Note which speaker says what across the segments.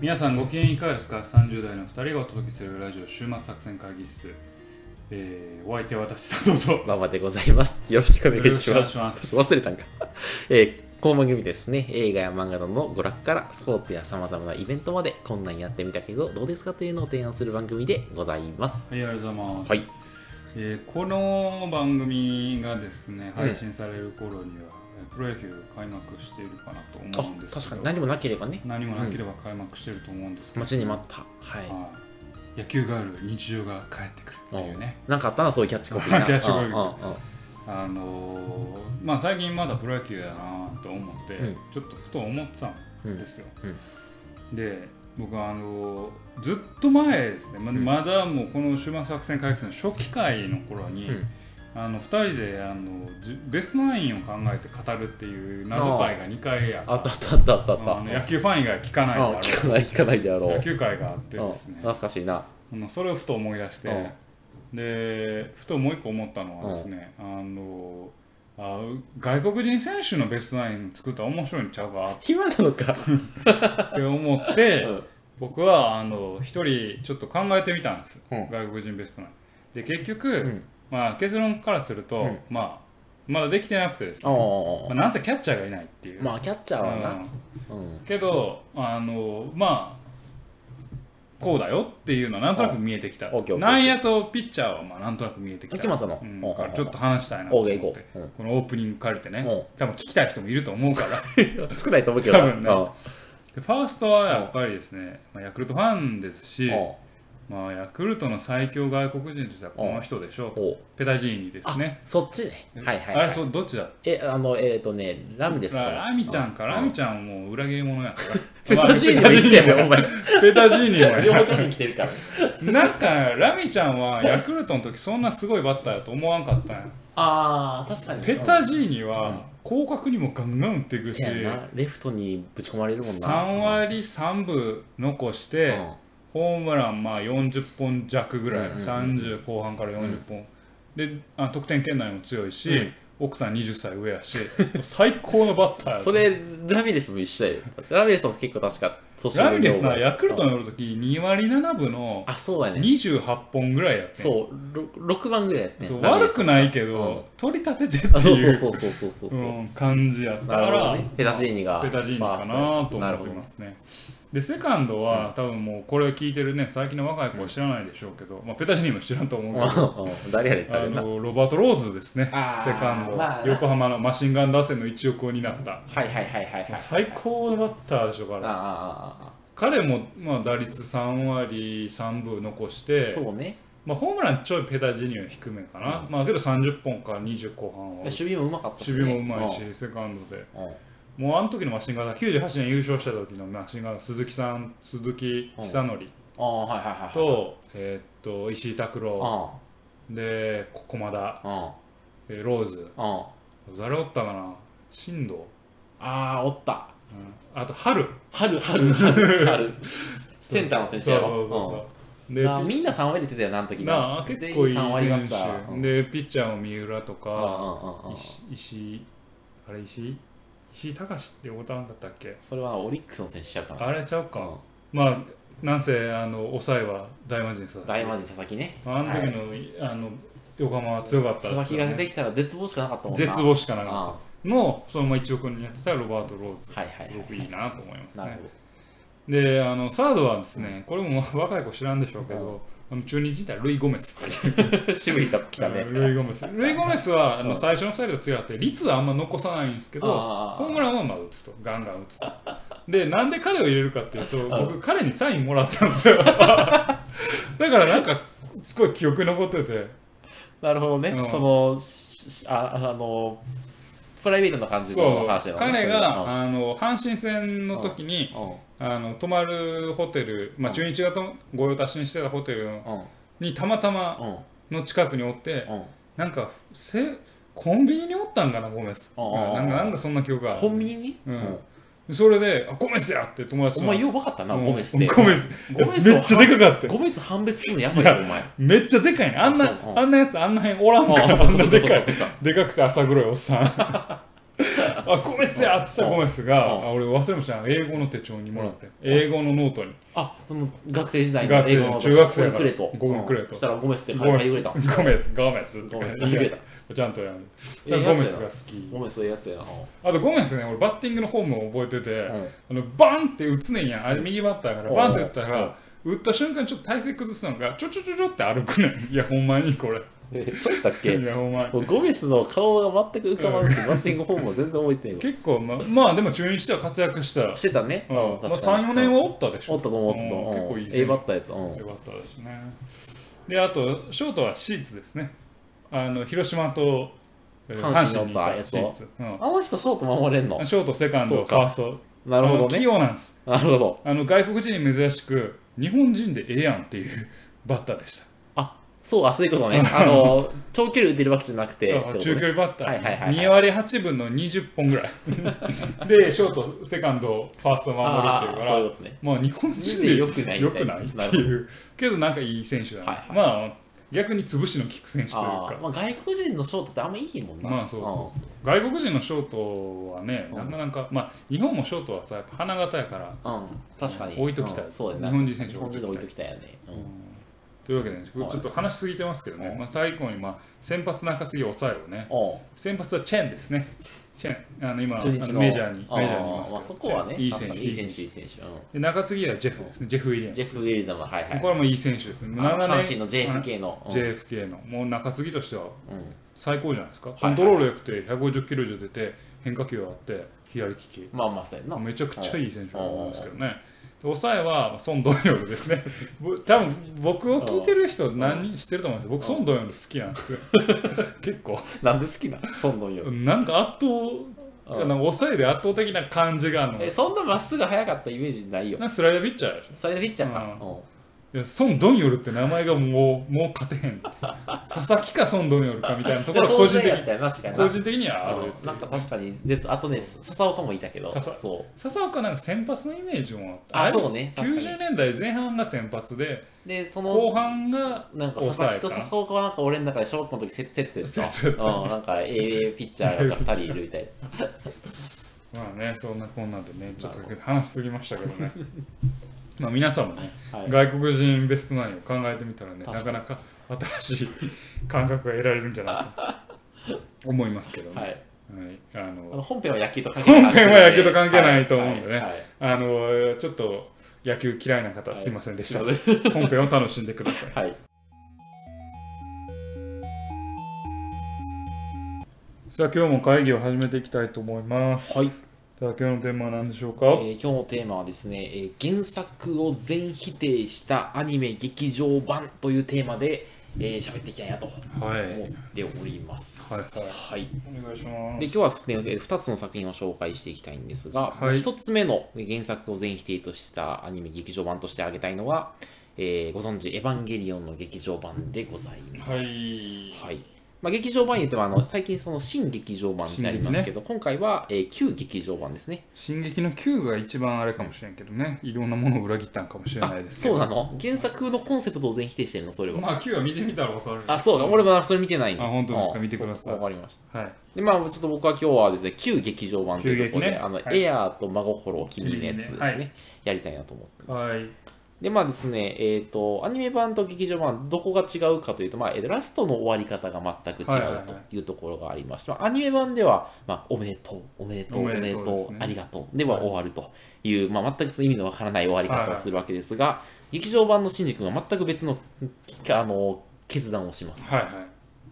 Speaker 1: 皆さんご機嫌いかがですか ?30 代の2人がお届けするラジオ週末作戦会議室、えー、お相手は私だどうぞ
Speaker 2: 馬場でございます。よろしくお願いし
Speaker 1: よろ
Speaker 2: ま
Speaker 1: し
Speaker 2: す。
Speaker 1: くお願いします
Speaker 2: 忘れたんか。 えーこの番組ですね、映画や漫画などの娯楽からスポーツやさまざまなイベントまでこんなんやってみたけどどうですかというのを提案する番組でございます。
Speaker 1: はいありがとうございます、
Speaker 2: はい。
Speaker 1: えーこの番組がですね
Speaker 2: うん
Speaker 1: 配信される頃には、えープロ野球が開幕しているかなと
Speaker 2: あ
Speaker 1: 思うんですけど
Speaker 2: 確かに何もなければね、
Speaker 1: 何もなければ開幕してると思うんですけど、
Speaker 2: 待ちに待った。は
Speaker 1: は
Speaker 2: い。
Speaker 1: い野球がある日常が帰ってくるっていうね
Speaker 2: うんなんかあったな、そういうキャッチコピー な。
Speaker 1: キャッチコピー
Speaker 2: う
Speaker 1: あのーまあ最近まだプロ野球やなと思って、
Speaker 2: うん
Speaker 1: ちょっとふと思ってた
Speaker 2: んうんんうん
Speaker 1: ですよ、
Speaker 2: うん
Speaker 1: で僕はあのーずっと前ですねま
Speaker 2: ん
Speaker 1: まだもうこの終盤作戦会議室の初期会の頃に、
Speaker 2: うん
Speaker 1: あの2人であのじベストナインを考えて語るっていう謎会が2回や
Speaker 2: あったあったあったあったあった。
Speaker 1: あの野球ファン以外聞かないだ
Speaker 2: あ
Speaker 1: ろ
Speaker 2: 聞かない聞かないであろ
Speaker 1: う
Speaker 2: う。
Speaker 1: 野球会があって
Speaker 2: うん
Speaker 1: ですね
Speaker 2: 懐かしいな。
Speaker 1: あのそれをふと思い出してでふともう一個思ったのはですねあのあ外国人選手のベストナイン作ったら面白いんちゃうか
Speaker 2: 暇なのか。
Speaker 1: って思っ
Speaker 2: う
Speaker 1: て、
Speaker 2: ん
Speaker 1: 僕はあの一人ちょっと考えてみたんです、
Speaker 2: うん
Speaker 1: 外国人ベストナインで結局、
Speaker 2: うん。
Speaker 1: まあ、結論からすると、
Speaker 2: うん
Speaker 1: まあ、まだできてなくてです
Speaker 2: あ
Speaker 1: ね、まあ、
Speaker 2: あ。
Speaker 1: なんせキャッチャーがいないっていう、
Speaker 2: まあ、キャッチャーは
Speaker 1: うん
Speaker 2: な。うん。
Speaker 1: けどあのまあこうだよっていうのはなんとなく見えてきた
Speaker 2: うんオッケーオッケー
Speaker 1: 内野とピッチャーはまあなんとなく見えてきた
Speaker 2: 決まったの
Speaker 1: うん
Speaker 2: うん
Speaker 1: だからちょっと話したいなと
Speaker 2: オー
Speaker 1: 思っ
Speaker 2: ケ
Speaker 1: て
Speaker 2: ー行こう。うん
Speaker 1: このオープニング借りてね
Speaker 2: うん
Speaker 1: 多分聞きたい人もいると思う から
Speaker 2: 少ないと思うけど
Speaker 1: 多
Speaker 2: な
Speaker 1: 分ね
Speaker 2: うん
Speaker 1: でファーストはやっぱりですね、まあ、ヤクルトファンですし、
Speaker 2: うん
Speaker 1: まあ、ヤクルトの最強外国人としてはこの人でしょうと、
Speaker 2: おう
Speaker 1: ペタジーニですね。
Speaker 2: そっちねはいはい、
Speaker 1: あ
Speaker 2: はい、
Speaker 1: れそうどっちだっ
Speaker 2: えあのえっ、ー、とねラミレス
Speaker 1: た
Speaker 2: か
Speaker 1: ラ
Speaker 2: ら
Speaker 1: ミちゃんか、ラ
Speaker 2: う。
Speaker 1: ミちゃんはもう裏切り者やから
Speaker 2: ペタジーニ
Speaker 1: ま
Speaker 2: も
Speaker 1: あ
Speaker 2: 生きてるよお前
Speaker 1: ペタジーニも
Speaker 2: 両
Speaker 1: や
Speaker 2: 方巨人来てるから
Speaker 1: なんかラミちゃんはヤクルトの時そんなすごいバッターやと思わんかったんや
Speaker 2: あー確かに
Speaker 1: ペタ
Speaker 2: ー
Speaker 1: ジーニは広角にもガンガン打っていくし
Speaker 2: やんなレフトにぶち込まれるもんな
Speaker 1: 3割3分残して
Speaker 2: うん
Speaker 1: ホームランまあ40本弱ぐらい
Speaker 2: うんうんうん
Speaker 1: 30後半から40本であ得点圏内も強い
Speaker 2: うん
Speaker 1: し奥さん20歳上やし 最高のバッターや
Speaker 2: それラミレスも一緒やで確かラミレスも結構確か組織の
Speaker 1: ラ
Speaker 2: 量
Speaker 1: ミレスなヤクルト
Speaker 2: うん
Speaker 1: におる時2割7分の
Speaker 2: あそうやね
Speaker 1: 28本ぐらいやってん
Speaker 2: そうろ六番ぐらいやってん
Speaker 1: そう
Speaker 2: ラミレ
Speaker 1: 悪
Speaker 2: ス
Speaker 1: くないけ
Speaker 2: うん
Speaker 1: ど取り立てて
Speaker 2: あ
Speaker 1: って
Speaker 2: そうそう
Speaker 1: い
Speaker 2: そううそうそうそうそう、
Speaker 1: うん感じやった
Speaker 2: な
Speaker 1: か
Speaker 2: るほど
Speaker 1: ら
Speaker 2: ねペタジーニが
Speaker 1: ペタジーニかなと思ってますね。でセカンドは多分もうこれを聞いてるね最近の若い子は知らないでしょうけどまあペタジーニも知らんと思うけど
Speaker 2: なるほどねうんうん誰やで
Speaker 1: あ
Speaker 2: 誰な
Speaker 1: のロバート・ローズですね、セ
Speaker 2: あー
Speaker 1: カンド、
Speaker 2: まあな
Speaker 1: 横浜のマシンガン打線の一翼を担った、
Speaker 2: はいはいはいはいはい
Speaker 1: 最高のバッターでしょ、
Speaker 2: あー
Speaker 1: から
Speaker 2: あ
Speaker 1: 彼も、まあ、打率3割3分残し
Speaker 2: ーあー
Speaker 1: て、
Speaker 2: そうね
Speaker 1: まあ、ホームランちょいペタジーニは低めかな、まあ、けど30本から20後半は
Speaker 2: 守
Speaker 1: 守
Speaker 2: 備もうまかったしね、
Speaker 1: 備もうまいし、セカンドで、
Speaker 2: うん、うん
Speaker 1: もうあの時のマシンガン打98年優勝した時のマシンガン打鈴木さん、鈴木久則
Speaker 2: ああはいはいはいはい
Speaker 1: と,、えーっと石井拓郎、で、こ駒田、
Speaker 2: うんうん
Speaker 1: えーローズ、
Speaker 2: うん
Speaker 1: 誰おったかな、進藤。
Speaker 2: ああおった
Speaker 1: あと春
Speaker 2: 春春春春 センターの選手や
Speaker 1: そ
Speaker 2: ろ
Speaker 1: うそうそうそう
Speaker 2: うん
Speaker 1: で
Speaker 2: なあ
Speaker 1: ピ
Speaker 2: みんな3割出てたよなあの
Speaker 1: ッ
Speaker 2: 時
Speaker 1: なあ結構いい
Speaker 2: 全員3割だっ
Speaker 1: 選
Speaker 2: た
Speaker 1: 手、
Speaker 2: うん
Speaker 1: でピッチャーも三浦と
Speaker 2: うん
Speaker 1: か、
Speaker 2: うんうんうん
Speaker 1: 石石井あれ石井石井隆っておたんだったっけ
Speaker 2: それはオリックスの選手やから
Speaker 1: あれちゃう
Speaker 2: う
Speaker 1: か、
Speaker 2: ん
Speaker 1: まあなんせあの抑えは大魔神さ
Speaker 2: 大魔神佐々木ね
Speaker 1: あの時
Speaker 2: はい
Speaker 1: の,、あの横浜は強かった
Speaker 2: 佐々木が出て
Speaker 1: ね
Speaker 2: きたら絶望しかなかったもんな
Speaker 1: 絶望しかな
Speaker 2: うん
Speaker 1: かっ
Speaker 2: は
Speaker 1: たのそのまま1億になってたロバート・ローズ
Speaker 2: いはいはい
Speaker 1: すごくいいなと思いますね、
Speaker 2: なる
Speaker 1: であのサードはですね、これもまあ 若い子知らんでしょうけど、あの中日時代ルイ・ゴメスっていう
Speaker 2: ほど 渋いとこ来たね
Speaker 1: うんルイ・ゴメスルイ・ゴメスはあの
Speaker 2: うん
Speaker 1: 最初の2人と違って率はあんま残さないんですけど
Speaker 2: あー
Speaker 1: ホームランはまあ打つとガンガン打つとでなんで彼を入れるかっていうと僕彼にサインもらったんですよ だからなんかすごい記憶に残ってて
Speaker 2: なるほどね、
Speaker 1: うん
Speaker 2: そのししああのプライベートな感じの
Speaker 1: そう
Speaker 2: 話だよね
Speaker 1: 彼
Speaker 2: うん
Speaker 1: があの阪神戦の時にあの泊まるホテル、まあ、中日がと御用達にしてたホテル
Speaker 2: うんうん
Speaker 1: にたまたま
Speaker 2: うん
Speaker 1: の近くにおって、
Speaker 2: うん
Speaker 1: なんかせコンビニにおったんかなゴメス
Speaker 2: あー
Speaker 1: なんかなんかそんな記憶がある
Speaker 2: コンビニに、
Speaker 1: うん
Speaker 2: うん
Speaker 1: それで「あゴメスや!」って友達
Speaker 2: お
Speaker 1: と
Speaker 2: 前よう分かったな、
Speaker 1: うん
Speaker 2: ゴメスって
Speaker 1: ゴメス
Speaker 2: ゴメス
Speaker 1: めっちゃでかかったよ
Speaker 2: ゴメス判別するのやばいよお前
Speaker 1: めっちゃでかいねあんな
Speaker 2: あそううん
Speaker 1: あんなやつあんな辺おらんから
Speaker 2: あ
Speaker 1: そんなでか
Speaker 2: そっかそっ
Speaker 1: いでかくて朝黒いおっさんあコメッスやって言ったらコメッスが、
Speaker 2: うん
Speaker 1: あ俺忘れました英語の手帳にもらって、
Speaker 2: うん
Speaker 1: 英語のノートに
Speaker 2: あその学生時代の
Speaker 1: 学生
Speaker 2: 英語の
Speaker 1: 中学生だ
Speaker 2: こ
Speaker 1: から
Speaker 2: れくれと
Speaker 1: これくれと
Speaker 2: うんそしたらゴメスって書
Speaker 1: ゴメ
Speaker 2: い
Speaker 1: ス
Speaker 2: てくれた
Speaker 1: ゴメスゴメスって
Speaker 2: ゴメ
Speaker 1: 感
Speaker 2: ス
Speaker 1: じ
Speaker 2: 言ってくれた
Speaker 1: ちゃんとやる
Speaker 2: ええやつやな
Speaker 1: ゴメスが好き
Speaker 2: ゴメスええやつやな
Speaker 1: あとゴメスね俺バッティングのフォームを覚えてて、
Speaker 2: うん
Speaker 1: あのバンって打つねんやんあれ右バッターやから
Speaker 2: うん
Speaker 1: バンって打ったら、
Speaker 2: うん
Speaker 1: 打った瞬間にちょっと体勢崩すのがちょちょちょちょって歩くねんいや ほんまにこれ
Speaker 2: えそうやったっけ
Speaker 1: いやほんまに
Speaker 2: もうゴメスの顔が全く浮かばんし、バッティングフォームも全然覚えてないわ
Speaker 1: 結構まあまあでも中日では活躍した、うん
Speaker 2: してたね。
Speaker 1: まあ、
Speaker 2: 確かに
Speaker 1: 34年はおったでしょ
Speaker 2: おったと思うおったと
Speaker 1: うん結
Speaker 2: 思う。
Speaker 1: 構
Speaker 2: うん
Speaker 1: いい選手
Speaker 2: A バッターやった。うん
Speaker 1: よかったですね。で、あと、ショートはシーツですね。あの広島と、えー
Speaker 2: 阪
Speaker 1: 阪
Speaker 2: 神
Speaker 1: 神
Speaker 2: に
Speaker 1: に
Speaker 2: い
Speaker 1: い
Speaker 2: た
Speaker 1: たシーツ。うん
Speaker 2: あの人、ショート守れんの
Speaker 1: ショート、セカン
Speaker 2: そ
Speaker 1: ド、
Speaker 2: う
Speaker 1: フ
Speaker 2: か
Speaker 1: ァースト。
Speaker 2: なるほど
Speaker 1: あの器
Speaker 2: ね。
Speaker 1: 用なんです。
Speaker 2: なるほど。
Speaker 1: あの外国人に珍しく、日本人でええやんっていうバッターでした。
Speaker 2: あ、そう、あ、そういうことね。あの、長距離打てるわけじゃなくて。
Speaker 1: だから中距離バッタ
Speaker 2: はいはいはいは
Speaker 1: ー、
Speaker 2: い
Speaker 1: 2割8分の20本ぐら い。で、ショート、セカンド、ファースト守る
Speaker 2: あ
Speaker 1: ってい
Speaker 2: あー、
Speaker 1: う
Speaker 2: そ
Speaker 1: か
Speaker 2: ういう
Speaker 1: ら。
Speaker 2: ことね。
Speaker 1: まあ日本人で
Speaker 2: 良くない
Speaker 1: 良くないっ
Speaker 2: な
Speaker 1: てい
Speaker 2: る
Speaker 1: うけどなんかいい選手だな、
Speaker 2: はいはい
Speaker 1: まあ逆に潰しの効く選手という
Speaker 2: あ
Speaker 1: か
Speaker 2: あ、まあ外国人のショートってあんまいいもんな。
Speaker 1: まあそうそうそう外国人のショートはね、
Speaker 2: うん
Speaker 1: なかなか、まあ、日本もショートはさ、やっぱ花形やから。
Speaker 2: うん。うん、確かに。
Speaker 1: 置いときたい
Speaker 2: うんそうやな。
Speaker 1: 日本人選手
Speaker 2: 日本人で置
Speaker 1: 置
Speaker 2: い
Speaker 1: い
Speaker 2: と
Speaker 1: と
Speaker 2: きたいよね。うん
Speaker 1: というわけでね、ち
Speaker 2: は
Speaker 1: ょ
Speaker 2: い
Speaker 1: っと話しすぎてますけどね、
Speaker 2: うん
Speaker 1: まあ、最後に、まあ、先発、中継ぎ、抑えをね、
Speaker 2: おう
Speaker 1: 先発はチェンですね、チェン、あの今、あ
Speaker 2: 中
Speaker 1: の
Speaker 2: 日の
Speaker 1: メジャーに、メジ
Speaker 2: ああ
Speaker 1: ャーにいますけ
Speaker 2: まあ
Speaker 1: ど
Speaker 2: そこはね、
Speaker 1: いい
Speaker 2: 確
Speaker 1: 選
Speaker 2: か
Speaker 1: 手、
Speaker 2: に
Speaker 1: い
Speaker 2: い
Speaker 1: い
Speaker 2: い選
Speaker 1: 選手。
Speaker 2: 手、いい選手。う
Speaker 1: で
Speaker 2: ん
Speaker 1: 中継ぎはジェフですね、ジェフ・ウィリアム
Speaker 2: ジェフ・ウィリザム、はいはい。
Speaker 1: これもいい選手ですね、
Speaker 2: あの阪
Speaker 1: 7
Speaker 2: 神
Speaker 1: 年
Speaker 2: の JFK の。うん
Speaker 1: JFK の、もう中継ぎとしては
Speaker 2: うん
Speaker 1: 最高じゃないですか、
Speaker 2: い
Speaker 1: コントロール良くて、150キロ以上出て、変化球があって、左利き。
Speaker 2: まあまあそうやな。
Speaker 1: めちゃくちゃいい選手だと思うんですけどね。で抑えは孫ドンヨル ですね。ぼ多分僕を聞いてる人何人知ってると思うんですよ。僕孫ドンヨル好きなん ですよ。結構
Speaker 2: なんで好きなのそんどんより。
Speaker 1: なんか圧倒なんか抑えで圧倒的な感じがあるの。
Speaker 2: え、そんなまっすぐ速かったイメージないよ
Speaker 1: な。んかスライダーピッチャーでしょ
Speaker 2: それでピッチャーか。
Speaker 1: う
Speaker 2: うん
Speaker 1: いや。孫ドンヨルって名前がもうもう勝てへん。佐々木か孫ドンヨルかみたいなところ
Speaker 2: で
Speaker 1: は
Speaker 2: も
Speaker 1: 個
Speaker 2: 存
Speaker 1: 人
Speaker 2: 在
Speaker 1: 的
Speaker 2: やった
Speaker 1: に
Speaker 2: よな確かにな
Speaker 1: 個人的にはある。
Speaker 2: うんなんか確かに絶あとね笹岡もいたけど
Speaker 1: 笹
Speaker 2: そう
Speaker 1: 笹岡なんか先発のイメージもあった。
Speaker 2: あ
Speaker 1: れ
Speaker 2: そうね確かに
Speaker 1: 90年代前半が先発で
Speaker 2: でその
Speaker 1: 後半が
Speaker 2: なんか佐々木と笹岡はなんか俺の中で小学校の時セセットやった
Speaker 1: セットやった
Speaker 2: うんなんか A ピッチャーが2人いるみたいな
Speaker 1: まあね、そんなこんなんでね、ちょっと話しすぎましたけど ね。まあ皆さんもね、
Speaker 2: はい
Speaker 1: 外国人ベストナインを考えてみたらね、
Speaker 2: 確
Speaker 1: なかなか新しい感覚が得られるんじゃないかと思いますけどね。
Speaker 2: は
Speaker 1: はい
Speaker 2: い
Speaker 1: あ
Speaker 2: あ
Speaker 1: の
Speaker 2: の本編は野球と関係ない
Speaker 1: 本編は野球と関係ないと思うんでね
Speaker 2: はいはい
Speaker 1: あのちょっと野球嫌いな方、
Speaker 2: はい
Speaker 1: すいませんでした。
Speaker 2: はい
Speaker 1: 本編を楽しんでください。
Speaker 2: はい
Speaker 1: さあ、今日も会議を始めていきたいと思います。
Speaker 2: はい
Speaker 1: さあ、今日のテーマは何でしょうか、
Speaker 2: えー今日のテーマはですね、えー原作を全否定したアニメ劇場版というテーマで、えー、喋っていきたいなと思
Speaker 1: はい。
Speaker 2: っております。
Speaker 1: はい
Speaker 2: はい
Speaker 1: お願いしま
Speaker 2: で今
Speaker 1: す。
Speaker 2: 日は2つの作品を紹介していきたいんですが、
Speaker 1: はい
Speaker 2: 1つ目の原作を全否定としたアニメ劇場版として挙げたいのは、えーご存知、エヴァンゲリオンの劇場版でございます。
Speaker 1: はい。
Speaker 2: はいまあ、劇場版言うてもあの最近その新劇場版ってありますけど、今回は、えー旧劇場版ですね。
Speaker 1: 進撃の Q が一番あれかもしれんけどね、いろんなものを裏切ったんかもしれないですけ
Speaker 2: そう
Speaker 1: ど。
Speaker 2: なの原作のコンセプトを全否定してるのそれは。
Speaker 1: まあ Q は見てみたらわかる。
Speaker 2: あ、そうか。俺もそれ見てないの。
Speaker 1: あ本当ですか
Speaker 2: うん
Speaker 1: 見てください
Speaker 2: そうわかりました。
Speaker 1: はい。
Speaker 2: で、まあ、ちょっと僕は今日はですね、旧劇場版というこ
Speaker 1: 旧
Speaker 2: とで、
Speaker 1: 劇ね
Speaker 2: あの、
Speaker 1: はい
Speaker 2: エアーと真心を君のやつです
Speaker 1: 君
Speaker 2: ね、
Speaker 1: にねはい
Speaker 2: やりたいなと思ってます。
Speaker 1: はい。
Speaker 2: で、まあですね、えっ、と、アニメ版と劇場版、どこが違うかというと、まあ、えーラストの終わり方が全く違
Speaker 1: はいはいはい
Speaker 2: うというところがありまして、まあアニメ版では、まあ、おめでとう、おめでとう、お
Speaker 1: お
Speaker 2: め
Speaker 1: め
Speaker 2: で
Speaker 1: で
Speaker 2: と
Speaker 1: と
Speaker 2: う
Speaker 1: う、ですね
Speaker 2: ありがとう、では終わるという、まあ、全くその意味のわからない終わり
Speaker 1: はい
Speaker 2: 方
Speaker 1: はい
Speaker 2: をするわけですが、劇場版のシンジ君は全く別の、あの、決断をします。
Speaker 1: はいはい。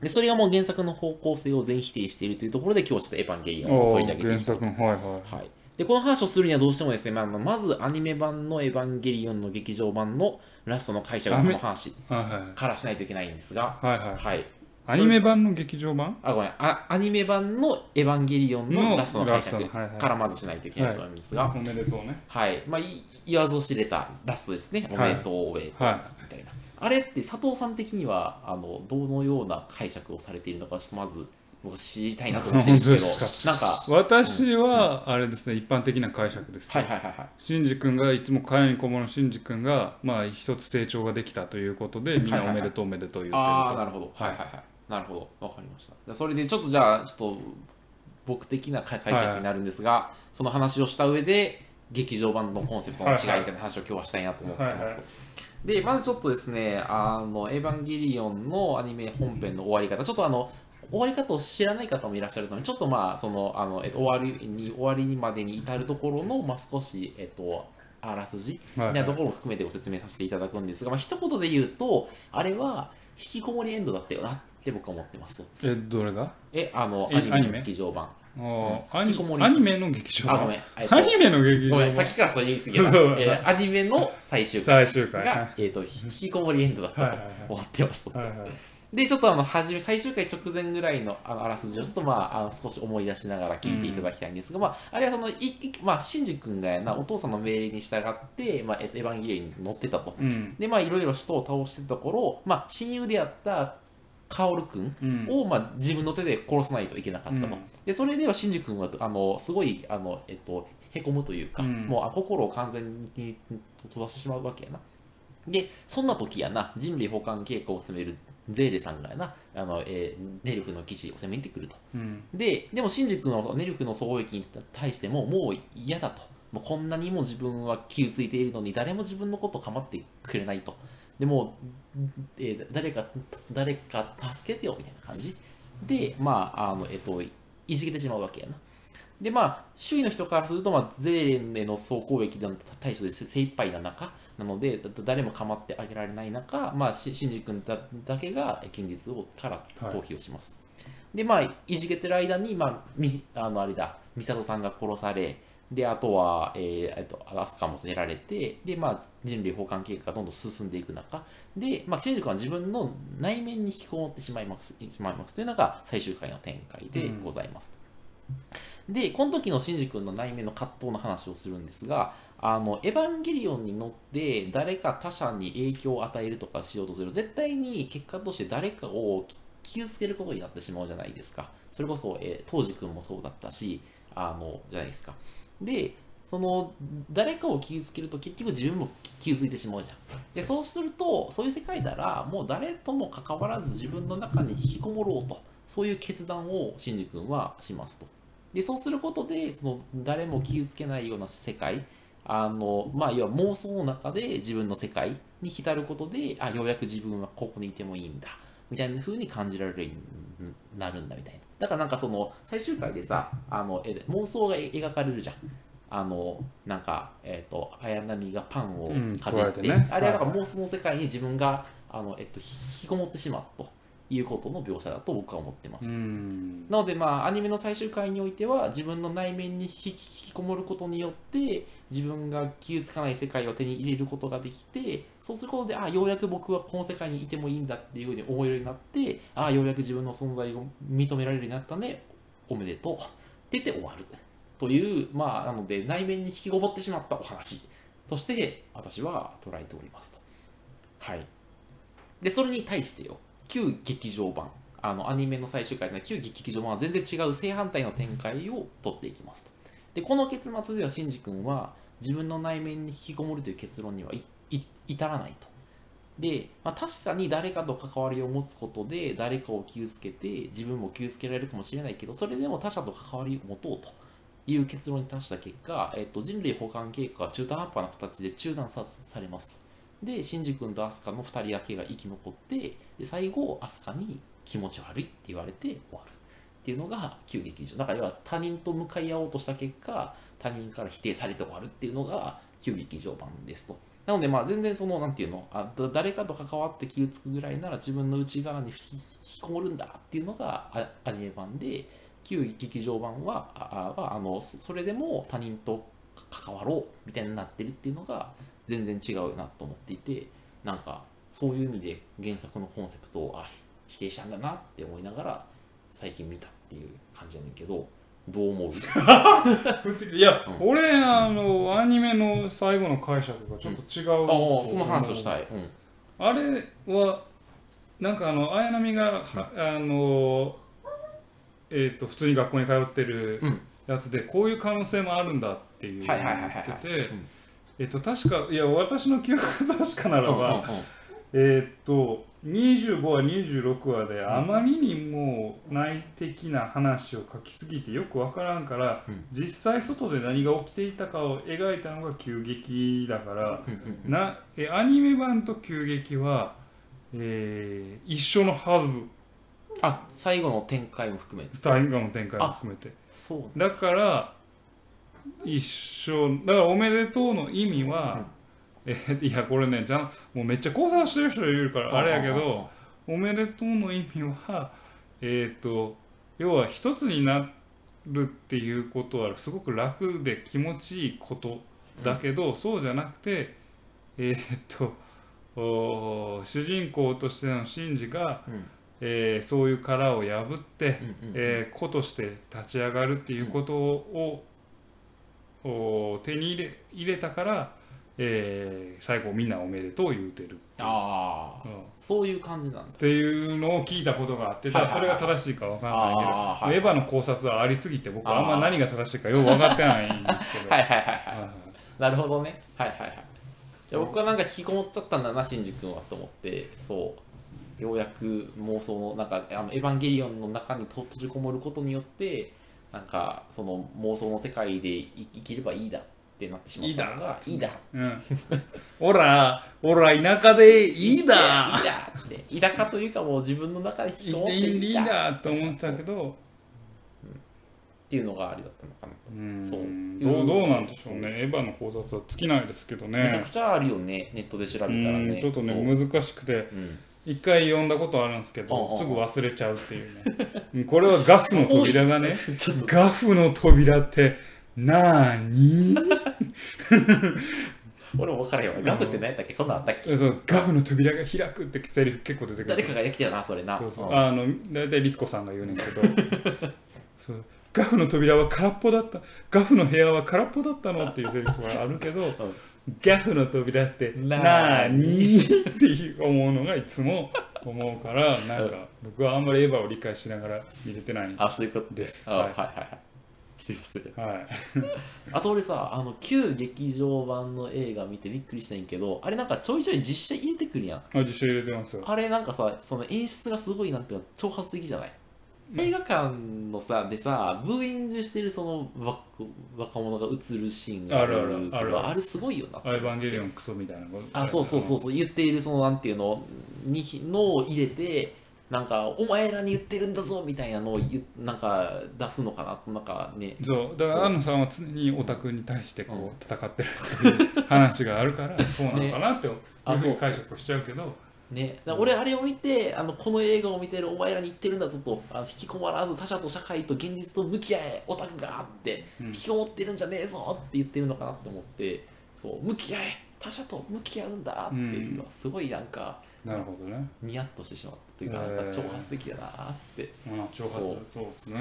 Speaker 2: で、それがもう原作の方向性を全否定しているというところで、今日ちょっとエヴァンゲリオンを
Speaker 1: お
Speaker 2: 取り上
Speaker 1: ー
Speaker 2: げて
Speaker 1: 原
Speaker 2: いきたい。
Speaker 1: 作の、はいは
Speaker 2: はい。で、この話をするにはどうしてもですね、まあ、まあまずアニメ版のエヴァンゲリオンの劇場版のラストの解釈
Speaker 1: ダ
Speaker 2: の
Speaker 1: メ
Speaker 2: この話
Speaker 1: い。はいはい。
Speaker 2: からしないといけないんですが、
Speaker 1: はいはい、
Speaker 2: はい。
Speaker 1: アニメ版の劇場版
Speaker 2: あ、ごめん、あアニメ版のエヴァンゲリオンの
Speaker 1: の
Speaker 2: ラストの解釈
Speaker 1: ラストのはいはい
Speaker 2: からまずしないといけないと思うんですが、
Speaker 1: おめでとうね。
Speaker 2: はい。まあ、い言わず知れたラストですね。お
Speaker 1: はい
Speaker 2: めでとう、おめでとう
Speaker 1: は
Speaker 2: みたいな。あれって佐藤さん的にはあのどのような解釈をされているのかちょっとまず僕知りたいなと思って るん
Speaker 1: 本当で
Speaker 2: です
Speaker 1: す
Speaker 2: けどなんか
Speaker 1: い。私は、あれですね、一般的な解釈です。
Speaker 2: はいはいはいはい
Speaker 1: シンジ君がいつも彼にこもるシンジ君が、まあ、一つ成長ができたということで、みんなおめでとう、おめでとう言ってると。
Speaker 2: ああーなるほどは
Speaker 1: はい
Speaker 2: いはいはいなるほどわかりましたじゃあそれでちょっとじゃあちょっと僕的な解解釈になるんですが、その話をした上で劇場版のコンセプトの違いみたいな話を今日はしたいなと思ってますと、
Speaker 1: はいはい
Speaker 2: でまずちょっとですね「あのエヴァンゲリオン」のアニメ本編の終わり方ちょっとあの終わり方を知らない方もいらっしゃるのでちょっとまあそのあの、えっと、終わりに終わりにまでに至るところの、まあ、少しえっとあらすじみ
Speaker 1: はい
Speaker 2: た
Speaker 1: はい
Speaker 2: いなところも含めてご説明させていただくんですが、まあ一言で言うとあれは引きこもりエンドだったよなって僕は思ってますと
Speaker 1: えどれが
Speaker 2: えあの
Speaker 1: え
Speaker 2: アニメ
Speaker 1: アニ
Speaker 2: の
Speaker 1: メ
Speaker 2: 劇場版
Speaker 1: あー
Speaker 2: うん
Speaker 1: ア
Speaker 2: 引きこも
Speaker 1: ニ
Speaker 2: り
Speaker 1: アニメの劇場
Speaker 2: あ
Speaker 1: 版
Speaker 2: ごめんえっと
Speaker 1: アニメの劇場
Speaker 2: ごめ
Speaker 1: 版
Speaker 2: んさっきからそう言い過ぎた、
Speaker 1: そう
Speaker 2: えーアニメの最終回
Speaker 1: 最終回
Speaker 2: が、えー、と引きこもりエンドだった
Speaker 1: はい
Speaker 2: と
Speaker 1: はいはい
Speaker 2: 思ってますと
Speaker 1: はいはいはい
Speaker 2: でちょっとあの初め最終回直前ぐらいのあのあらすじをちょっとまああの少し思い出しながら聞いていただきたいんですが、まあ、あれはそのいいまあシンジ君がやなお父さんの命令に従って、まあえっとエヴァンゲリオンに乗ってたと
Speaker 1: うん
Speaker 2: でまあいろいろ人を倒してたところ、まあ、親友であったカオル君
Speaker 1: うん
Speaker 2: を、まあ、自分の手で殺さないといけなかったと、
Speaker 1: うん
Speaker 2: でそれでは真珠君はあのすごいあの、えっと、へこむというか、
Speaker 1: うん
Speaker 2: もうあ心を完全に閉ざしてしまうわけやなでそんな時やな人類保管計画を進めるゼーレさんがやなあの、えーネルフの騎士を攻めてくると
Speaker 1: うん
Speaker 2: ででも真珠君はネルフの総域に対してももう嫌だともうこんなにも自分は傷ついているのに誰も自分のことを構ってくれないとでもう、えー誰か誰か助けてよみたいな感じでまああのえっといじけてしまうわけやなでまあ周囲の人からすると、まあ、ゼーレンへの総攻撃の対処で精一杯な中なのでだ誰も構ってあげられない中、まあ、し真珠君だだけが現実をから逃避をします、でまあいじけてる間に、まあ、みあのあれだ美里さんが殺されであとは、えーえっと、アスカも狙られてで、まあ、人類保管計画がどんどん進んでいく中で、まあ、真珠君は自分の内面に引きこもってしまいますしまいますというのが最終回の展開でございます、でこの時のシンジ君の内面の葛藤の話をするんですがあのエヴァンゲリオンに乗って誰か他者に影響を与えるとかしようとすると絶対に結果として誰かをき傷つけることになってしまうじゃないですかそれこそ、えー、当時君もそうだったしあのじゃないですかでその誰かを傷つけると結局自分も傷ついてしまうじゃんでそうするとそういう世界ならもう誰とも関わらず自分の中に引きこもろうとそういう決断をシンジ君はしますとでそうすることでその誰も傷つけないような世界あのまあ要は妄想の中で自分の世界に浸ることであようやく自分はここにいてもいいんだみたいな風に感じられるようになるんだみたいなだからなんかその最終回でさあのえ妄想が描かれるじゃんあのなんかえっ、と綾波がパンを
Speaker 1: うん
Speaker 2: かじっ
Speaker 1: 加
Speaker 2: て,、
Speaker 1: えてね
Speaker 2: あれはなんか
Speaker 1: はい
Speaker 2: 妄想の世界に自分があの、えっと、ひ引きこもってしまうということの描写だと僕は思ってます
Speaker 1: うん
Speaker 2: なのでまあアニメの最終回においては自分の内面に引き引きこもることによって自分が傷つかない世界を手に入れることができてそうすることであようやく僕はこの世界にいてもいいんだっていうふうに思えるようになってあようやく自分の存在を認められるようになったねおめでとうって言って終わるというまあなので内面に引きこもってしまったお話として私は捉えておりますとはいでそれに対してよ旧劇場版あのアニメの最終回の旧劇場版は全然違う正反対の展開を取っていきますとでこの結末ではシンジ君は自分の内面に引きこもるという結論にはいい至らないとで、まあ、確かに誰かと関わりを持つことで誰かを傷つけて自分も傷つけられるかもしれないけどそれでも他者と関わりを持とうという結論に達した結果、えっと、人類保管計画が中途半端な形で中断さされますとでシンジ君とアスカの2人だけが生き残ってで最後アスカに気持ち悪いって言われて終わるっていうのが旧劇場だから要は他人と向かい合おうとした結果他人から否定されて終わるっていうのが旧劇場版ですとなのでまあ全然そのなんていうのあだ誰かと関わって傷つくぐらいなら自分の内側に引き引きこもるんだっていうのがあアニメ版で旧劇場版はああはあのそそれでも他人と関わろうみたいになってるっていうのが全然違うなと思っていてなんかそういう意味で原作のコンセプトをあ否定したんだなって思いながら最近見たっていう感じやねんけどどう思う
Speaker 1: いや、
Speaker 2: うん
Speaker 1: 俺あのアニメの最後の解釈がちょっと違うと
Speaker 2: ああ
Speaker 1: 思う、
Speaker 2: その話をしたい、うん、
Speaker 1: あれはなんかあの綾波が、はあのえっ、と普通に学校に通ってる
Speaker 2: うん
Speaker 1: やつで、こういう可能性もあるんだっていうのを
Speaker 2: はいはい
Speaker 1: 言
Speaker 2: はいはい
Speaker 1: って
Speaker 2: はい
Speaker 1: て
Speaker 2: うん
Speaker 1: えっと確かいや私の記憶が確かならば、
Speaker 2: うんうんうん
Speaker 1: えーっと25話26話であまりにも内的な話を書きすぎてよくわからんから、
Speaker 2: うん
Speaker 1: 実際外で何が起きていたかを描いたのが急激だから、
Speaker 2: うんうんうん
Speaker 1: なえアニメ版と急激は、えー一緒のはず
Speaker 2: あ最後の展開も含めて
Speaker 1: 大河の展開も含めて
Speaker 2: そう
Speaker 1: だから一緒だから「おめでとう」の意味は、えいやこれねじゃんもうめっちゃ考察してる人いるからあれやけど、おめでとうの意味はえっ、と要は一つになるっていうことはすごく楽で気持ちいいことだけど、そうじゃなくてえっ、とおー主人公としてのシンジが、
Speaker 2: うん
Speaker 1: えーそういう殻を破って、
Speaker 2: うんうんうん
Speaker 1: えー子として立ち上がるっていうことを、おー手に入れ入れたから、えー最後みんなおめでとう言うてる。
Speaker 2: ああ
Speaker 1: うん
Speaker 2: そういう感じなんだ
Speaker 1: っていうのを聞いたことがあって、じゃあそれが正しいかわかんないけど、
Speaker 2: あーはい
Speaker 1: エヴァの考察はありすぎて、僕はあん
Speaker 2: あ
Speaker 1: ま
Speaker 2: ー
Speaker 1: 何が正しいかよく分かってないんですけど、
Speaker 2: はいはいはいはい
Speaker 1: はいはい
Speaker 2: なるほどねはいはいはいじゃあ僕はなんか引きこもっちゃったんだな新君はと思ってそうようやく妄想のなんかあの「エヴァンゲリオン」の中にと閉じこもることによってなんかその妄想の世界でい生きればいいだってなってしまったのがいいだ
Speaker 1: うん、オラ、オラ、田舎でいい
Speaker 2: い
Speaker 1: だ
Speaker 2: いだっていだかというかもう自分の中で
Speaker 1: い
Speaker 2: 引きこもって
Speaker 1: い
Speaker 2: い
Speaker 1: い
Speaker 2: い
Speaker 1: い
Speaker 2: だっ
Speaker 1: だと思ってたけど、
Speaker 2: ていうのがあれだったのかなと、
Speaker 1: うん
Speaker 2: そう
Speaker 1: どうどうなんでしょうね、エヴァの考察は尽きないですけど
Speaker 2: めちゃ
Speaker 1: ね
Speaker 2: く、ちゃあるよねネットで調べたら
Speaker 1: う
Speaker 2: ね
Speaker 1: んちょっとね、
Speaker 2: そう
Speaker 1: 難しくて、
Speaker 2: うん
Speaker 1: 一回読んだことあるんですけ
Speaker 2: あああ
Speaker 1: ど、
Speaker 2: あ
Speaker 1: すぐ忘れちゃうっていうね、うんこれはガスの扉がね。
Speaker 2: ちょっと
Speaker 1: ガフの扉ってなーに
Speaker 2: 俺も分からへんわガムって何やったっけそんなんあったっ け
Speaker 1: そうガフの扉が開くってセリフ結構出てく
Speaker 2: 誰
Speaker 1: る
Speaker 2: かがやってたなそれな
Speaker 1: そうそううんあの大体律子さんが言うねんけど そうガフの扉は空っぽだったガフの部屋は空っぽだったのっていうセリフとかあるけ どガフの扉ってなーにって思うのがいつも思うからなんか僕はあんまりエヴァを理解しながら見れてないん
Speaker 2: あそういうこと
Speaker 1: です
Speaker 2: あ
Speaker 1: は
Speaker 2: はいいはいはいすいません
Speaker 1: はい
Speaker 2: あと俺さあの旧劇場版の映画見てびっくりしたんやけどあれなんかちょいちょい実写入れてくるやん
Speaker 1: あ実写入れてますよ
Speaker 2: あれなんかさその演出がすごいなんていうの挑発的じゃない映画館のさでさブーイングしてるその若若者が映るシーンがある
Speaker 1: あるある
Speaker 2: けど
Speaker 1: あるある
Speaker 2: あれすごいよな
Speaker 1: アイヴァンゲリオンクソみたいなこと
Speaker 2: あそうそうそうそう言っているそのなんていうのにのを入れてなんか「お前らに言ってるんだぞ」みたいなのを言うなんか出すのかななんかね
Speaker 1: そうだから
Speaker 2: そう
Speaker 1: 安野さんは常にオタクに対して
Speaker 2: うん
Speaker 1: こう戦ってるっていう話がある からそうなのかなっていう
Speaker 2: あ
Speaker 1: ふう
Speaker 2: そう
Speaker 1: に解釈をしちゃうけど
Speaker 2: ねだから俺あれを見てあのこの映画を見てるお前らに言ってるんだぞとあの引きこもらず他者と社会と現実と向き合えオタクがって
Speaker 1: うん
Speaker 2: 引きこもってるんじゃねえぞって言ってるのかなって思ってそう向き合え他者と向き合うんだっていうのはすごいなんか
Speaker 1: なるほどね、
Speaker 2: ニヤッとしてしまったというか
Speaker 1: へ
Speaker 2: な
Speaker 1: え
Speaker 2: んか挑発的だなって
Speaker 1: まあ、挑発
Speaker 2: そう
Speaker 1: そうですね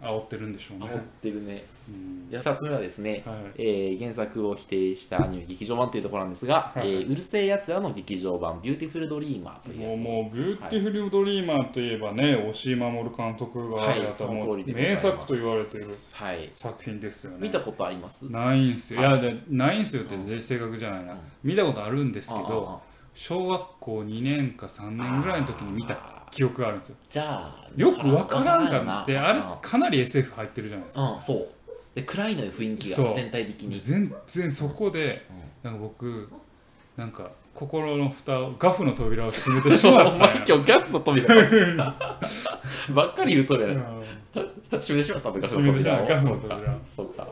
Speaker 1: 煽ってるんでしょうね
Speaker 2: 思ってるね。
Speaker 1: うん
Speaker 2: いや2つ目はですね、
Speaker 1: はい
Speaker 2: えー原作を否定したアニメ劇場版というところなんですが、
Speaker 1: はい
Speaker 2: えーうるせえやつらの劇場版「ビューティフルドリーマー」という
Speaker 1: も
Speaker 2: や
Speaker 1: う
Speaker 2: つ
Speaker 1: もうビューティフルドリーマーといえばね、押井守監督が
Speaker 2: はい
Speaker 1: やった
Speaker 2: その
Speaker 1: もう
Speaker 2: 通りでござい
Speaker 1: 名
Speaker 2: ます
Speaker 1: 作と言われている
Speaker 2: はい
Speaker 1: 作品ですよね。
Speaker 2: 見たことあります
Speaker 1: ないんすよ。いや、でないんすよってぜ正確じゃないな、
Speaker 2: うん
Speaker 1: 見たことあるんですけ
Speaker 2: あああ
Speaker 1: ど、小学校2年か3年ぐらいの時に見た記憶があるんですよ。
Speaker 2: じゃあ
Speaker 1: よくわからん
Speaker 2: わ
Speaker 1: か
Speaker 2: ん
Speaker 1: な
Speaker 2: な
Speaker 1: であれ
Speaker 2: う
Speaker 1: かなり SF 入ってるじゃないですか
Speaker 2: んうんそうで暗いのよ雰囲気
Speaker 1: そ
Speaker 2: が
Speaker 1: う
Speaker 2: 全体的に
Speaker 1: 全然そこでなんか僕なんか心の蓋をガフの扉を閉めてし
Speaker 2: お
Speaker 1: ま
Speaker 2: 前
Speaker 1: っ
Speaker 2: 今
Speaker 1: たんや
Speaker 2: 日ギャッの扉 ばっかり言うとるやん閉めてしまったとか
Speaker 1: 閉めてしまったガ
Speaker 2: そ
Speaker 1: フの
Speaker 2: の扉
Speaker 1: 扉
Speaker 2: を
Speaker 1: を
Speaker 2: そうか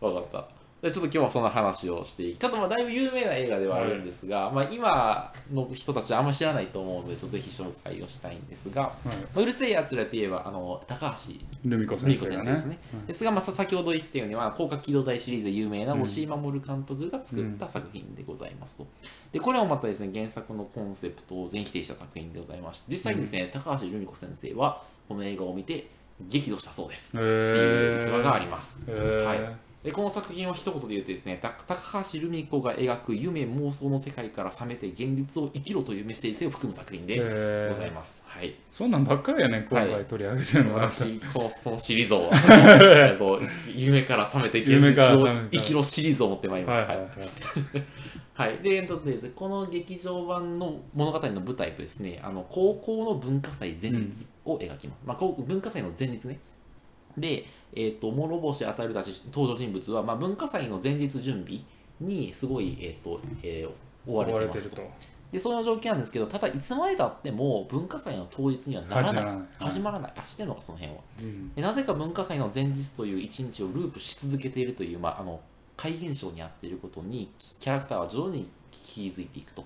Speaker 2: そうかわかったでちょっと今日はその話をしていきちょっとまあだいぶ有名な映画ではあるんですが、まあ、今の人たちはあんま知らないと思うのでちょっとぜひ紹介をしたいんですが、まあうるせえやつらといえばあの高橋
Speaker 1: ルミ子
Speaker 2: ル
Speaker 1: 先
Speaker 2: イコ
Speaker 1: 生
Speaker 2: 先
Speaker 1: が
Speaker 2: 生です
Speaker 1: ね
Speaker 2: ね。ですが、まあ、さ先ほど言ったように、まあ、高架機動隊シリーズで有名な押井守監督が作った作品でございますと。で、これもまたですね、原作のコンセプトを全否定した作品でございまして、実際にですね、高橋留美子先生は、この映画を見て、激怒したそうです。
Speaker 1: へ
Speaker 2: っていう
Speaker 1: え
Speaker 2: 逸話があります。
Speaker 1: へー
Speaker 2: はいでこの作品を一言で言うとですねた高橋留美子が描く夢妄想の世界から覚めて現実を生きろというメッセージ性を含む作品で
Speaker 1: へー
Speaker 2: ございます。はい、
Speaker 1: そんなんばっかりやね今
Speaker 2: は
Speaker 1: 回
Speaker 2: い
Speaker 1: 取り上げてるのは
Speaker 2: 私こうそのシ リーズをえっと夢から覚めて現
Speaker 1: 夢
Speaker 2: 実
Speaker 1: から
Speaker 2: を
Speaker 1: 覚めた
Speaker 2: 生きろシリーズを持ってまいりま
Speaker 1: は
Speaker 2: し
Speaker 1: い
Speaker 2: た。
Speaker 1: は
Speaker 2: はいい
Speaker 1: はい
Speaker 2: はい、でえっとですねこの劇場版の物語の舞台がですねあの高校の文化祭前日を描きます、まあ、高文化祭の前日ねで、えっと諸星与えるたち登場人物は、まあ、文化祭の前日準備にすごい、えっとえー追われ
Speaker 1: 追われ
Speaker 2: てま
Speaker 1: てる
Speaker 2: すと
Speaker 1: と
Speaker 2: でその状況なんですけどただいつまでたっても文化祭の当日にはなら
Speaker 1: 始ま
Speaker 2: ない
Speaker 1: らない
Speaker 2: 始まらないあ知ってんのかその辺は
Speaker 1: うん
Speaker 2: でなぜか文化祭の前日という一日をループし続けているという、まあ、あの怪現象にあっていることにキキャラクターは徐々に気づいていくと。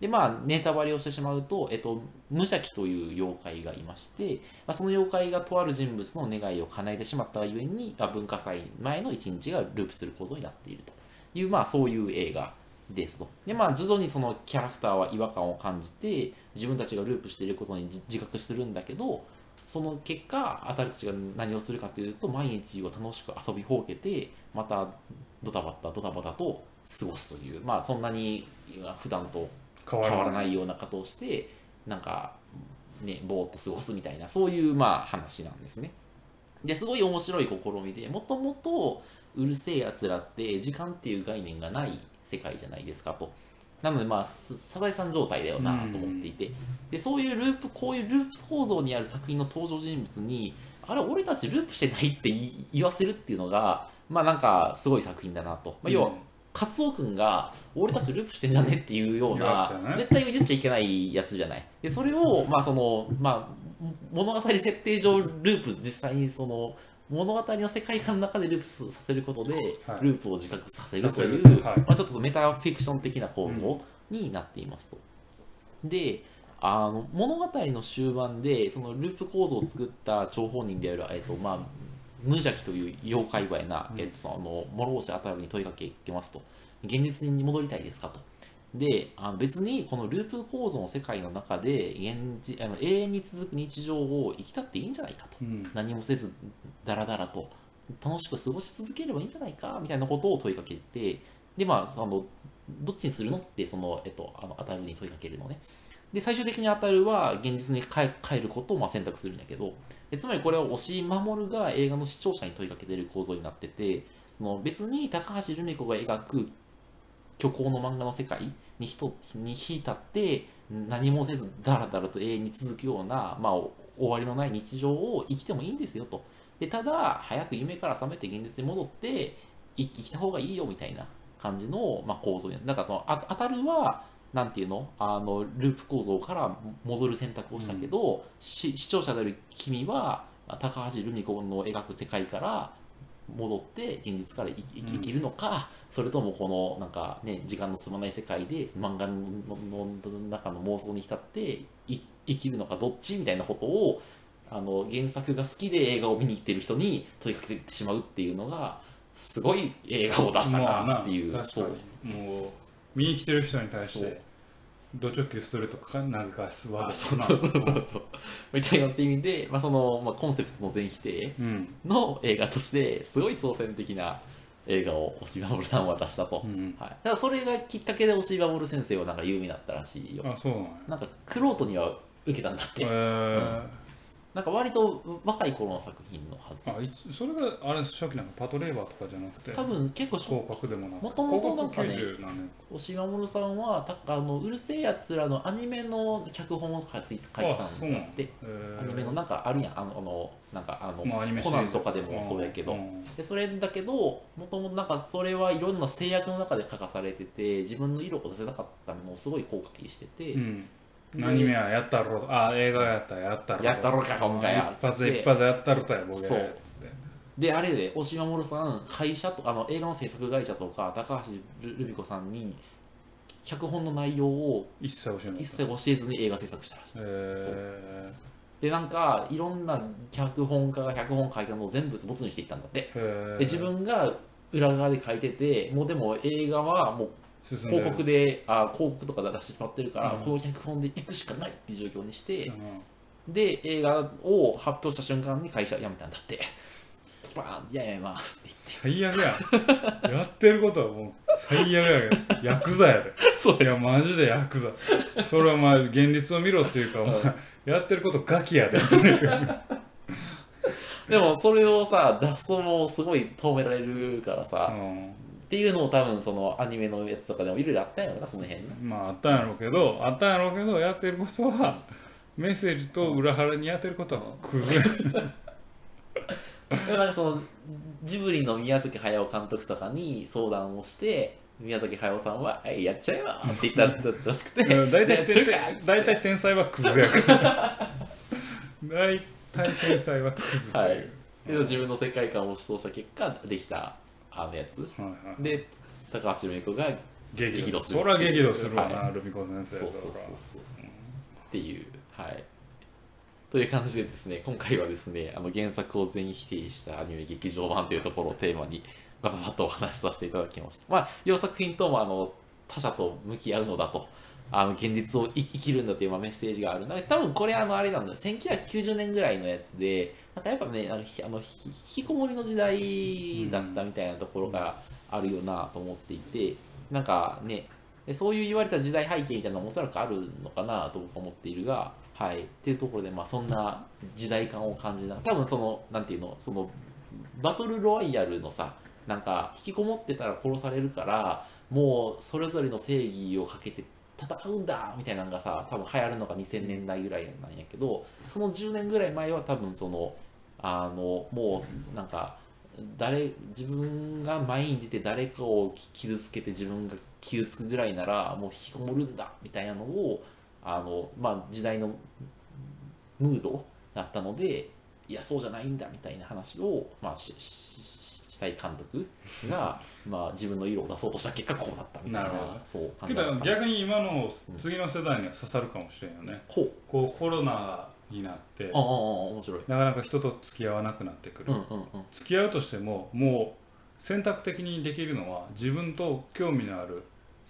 Speaker 2: でまあ、ネタバレをしてしまうと、えっと、無邪気という妖怪がいまして、まあ、その妖怪がとある人物の願いを叶えてしまったがゆえに、まあ、文化祭前の一日がループすることになっているという、まあ、そういう映画ですと。で、まあ、徐々にそのキャラクターは違和感を感じて、自分たちがループしていることに自自覚するんだけど、その結果、あたりたちが何をするかというと、毎日を楽しく遊びほうけて、またドタバタドタバタと過ごすという、まあ、そんなに普段と
Speaker 1: 変
Speaker 2: 変わらないいようなことをして、なんか、ね、ぼーっと過ごすみたいな、そういう、まあ、話なんですね。ですごい面白い試みで、もともとうるせえやつらって、時間っていう概念がない世界じゃないですかと。なので、まあ、すサザエさん状態だよなと思っていて、で、そういうループ、こういうループ構造にある作品の登場人物に、あれ、俺たちループしてないって言い言わせるっていうのが、まあ、なんか、すごい作品だなと。まあ、要は、カツオ君が俺たちループしてんじゃねっていうよう
Speaker 1: 言わ
Speaker 2: な
Speaker 1: せた、よね
Speaker 2: 絶対言っちゃいけないやつじゃない。で、それを、まあ、その、まあ、も物語設定上ループ、実際にその、物語の世界観の中でループさせることで、
Speaker 1: はい
Speaker 2: ループを自覚させるとい
Speaker 1: させる
Speaker 2: う、
Speaker 1: はい
Speaker 2: まあ、ちょっとメタフィクション的な構造になっていますと。であの物語の終盤でそのループ構造を作った張本人である、えっとまあ、無邪気という妖怪ばやな、えっと、その諸星あたるに問いかけてますと現実に戻りたいですかとであの別にこのループ構造の世界の中で現実あの永遠に続く日常を生きたっていいんじゃないかと
Speaker 1: うん
Speaker 2: 何もせずだらだらと楽しく過ごし続ければいいんじゃないかみたいなことを問いかけてでまああのどっちにするのってその、えっと、あの当たるに問いかけるのねで最終的に当たるは現実に帰帰ることをまあ選択するんだけどでつまりこれは押井守が映画の視聴者に問いかけてる構造になっててその別に高橋留美子が描く虚構の漫画の世界にひとに引いたって何もせずだらだらと永遠に続くような、まあ、お終わりのない日常を生きてもいいんですよとでただ早く夢から覚めて現実に戻ってい生きた方がいいよみたいな感じの、まあ、構造になんかそのあ当たるはなんていうのあのループ構造から戻る選択をしたけど、し視聴者である君は高橋留美子の描く世界から戻って現実からいい生きるのか、それともこのなんかね時間の進まない世界でその漫画ののの中の妄想に浸ってい生きるのかどっちみたいなことをあの原作が好きで映画を見に行ってる人に問いかけてしまうっていうのがすごい映画を出した
Speaker 1: まあ
Speaker 2: な
Speaker 1: な
Speaker 2: っていう、
Speaker 1: 確
Speaker 2: そう
Speaker 1: かにもう見に来てる人に対し
Speaker 2: そう
Speaker 1: てド直球ストレートか投げ返すわ
Speaker 2: あそうそうそうそうそうみたいなって意味で、まあそのまあ、コンセプトの全否定
Speaker 1: うん
Speaker 2: の映画としてすごい挑戦的な映画を押井守さんは出したと、
Speaker 1: うん
Speaker 2: はい、ただそれがきっかけで押井守先生はなんか有名になったらしいよ
Speaker 1: あそうなんや
Speaker 2: なんかクロートには受けたんだっ
Speaker 1: え
Speaker 2: てなんか割と若い頃の作品のはず
Speaker 1: ーあいつそれがあれ初期なんかパトレーバーとかじゃなくて
Speaker 2: 多分結構
Speaker 1: 広角でもなく
Speaker 2: もともとなんかね
Speaker 1: 広角90何年
Speaker 2: 押井守さんはたあのうるせえやつらのアニメの脚本を書いて書いてたんだ
Speaker 1: あそうなん
Speaker 2: って
Speaker 1: えー
Speaker 2: アニメのなんかあるやんあのあのなんかあの、
Speaker 1: まあアニメシ
Speaker 2: コ
Speaker 1: リー
Speaker 2: ナン
Speaker 1: ズ
Speaker 2: とかでもそうやけど、
Speaker 1: ん
Speaker 2: でそれだけどもともとなんかそれはいろんな制約の中で書かされてて自分の色を出せなかったのをすごい後悔してて、
Speaker 1: うん
Speaker 2: で
Speaker 1: アニメはやったろあ映画やったらやったろ
Speaker 2: やったろか今回は
Speaker 1: 一発
Speaker 2: つって
Speaker 1: 一発やったろとや僕
Speaker 2: そう
Speaker 1: らやつって
Speaker 2: であれで押守さん会社とあの映画の制作会社とか高橋留美子さんに脚本の内容を
Speaker 1: 一切教えない
Speaker 2: 一切教えずに映画制作したらしい
Speaker 1: え
Speaker 2: でなんかいろんな脚本家が脚本書いたのを全部ボツにしていったんだって
Speaker 1: ーえー
Speaker 2: で自分が裏側で書いててもうでも映画はもう
Speaker 1: 進んでる
Speaker 2: 広告であ広告とか出してしまってるから、
Speaker 1: うん
Speaker 2: この脚本で行くしかないっていう状況にして
Speaker 1: うん
Speaker 2: で映画を発表した瞬間に会社辞めたんだってスパーンいややめますって
Speaker 1: 最悪やんやってることはもう最悪やけどヤクザやで
Speaker 2: 言って そう
Speaker 1: いやマジでヤクザそれはまあ現実を見ろって いうか、お前やってることガキやで
Speaker 2: でもそれをさ出すともうすごい止められるから
Speaker 1: う
Speaker 2: さ、
Speaker 1: ん
Speaker 2: っていうのを多分そのアニメのやつとかでもいろいろあったんやろなその辺な
Speaker 1: まああったんやろうけどあったんやろうけどやってることはメッセージと裏腹にやってることは崩れ
Speaker 2: でもなんかそのジブリの宮崎駿監督とかに相談をして宮崎駿さんは「はいやっちゃえば」って言ったんだったらしくて
Speaker 1: うん大体
Speaker 2: やっち
Speaker 1: 天
Speaker 2: ゃうか
Speaker 1: 才大体天才はクズやから 大体天才はクズという、
Speaker 2: はいで自分の世界観を主張した結果できたあのやつ
Speaker 1: はいはい
Speaker 2: で高橋留美子が
Speaker 1: 激
Speaker 2: 激
Speaker 1: 怒
Speaker 2: 怒
Speaker 1: す
Speaker 2: す
Speaker 1: る
Speaker 2: る
Speaker 1: そりゃ激怒するわな、
Speaker 2: は
Speaker 1: ルミ子先生
Speaker 2: そう
Speaker 1: とか
Speaker 2: そうそうそうそうっていうはいという感じでですね今回はですねあの原作を全否定したアニメ劇場版というところをテーマにバババッとお話しさせていただきましたまあ両作品ともあの他者と向き合うのだとあの現実を生き生きるんだというまあメッセージがあるので多分これあのあれなんだよ1990年ぐらいのやつでなんかやっぱねあのひあのひ引きこもりの時代だったみたいなところがあるよなと思っていてなんかねでそういう言われた時代背景みたいなのもおそらくあるのかなと僕は思っているが、はい。っていうところで、まあそんな時代感を感じな、多分その、なんていうの、その、バトルロワイヤルのさ、なんか、引きこもってたら殺されるから、もうそれぞれの正義をかけて戦うんだみたいなのがさ、多分流行るのが2000年代ぐらいなんやけど、その10年ぐらい前は多分その、あの、もうなんか、誰自分が前に出て誰かを傷つけて自分が傷つくぐらいならもう引きこもるんだみたいなのをあの、まあ、時代のムードだったのでいやそうじゃないんだみたいな話を、まあ、ししししたい監督 がまあ自分の色を出そうとした結果こうなったみたい
Speaker 1: な
Speaker 2: な
Speaker 1: るほど
Speaker 2: そう感
Speaker 1: け
Speaker 2: じだ
Speaker 1: ど
Speaker 2: った
Speaker 1: 逆に今の次の世代には刺さるかもしれんよね、
Speaker 2: ほう
Speaker 1: こうコロナになって
Speaker 2: ああああ面白い
Speaker 1: なかなか人と付き合わなくなってく
Speaker 2: う
Speaker 1: る、
Speaker 2: んうんうん
Speaker 1: 付き合うとしてももう選択的にできるのは自分と興味のある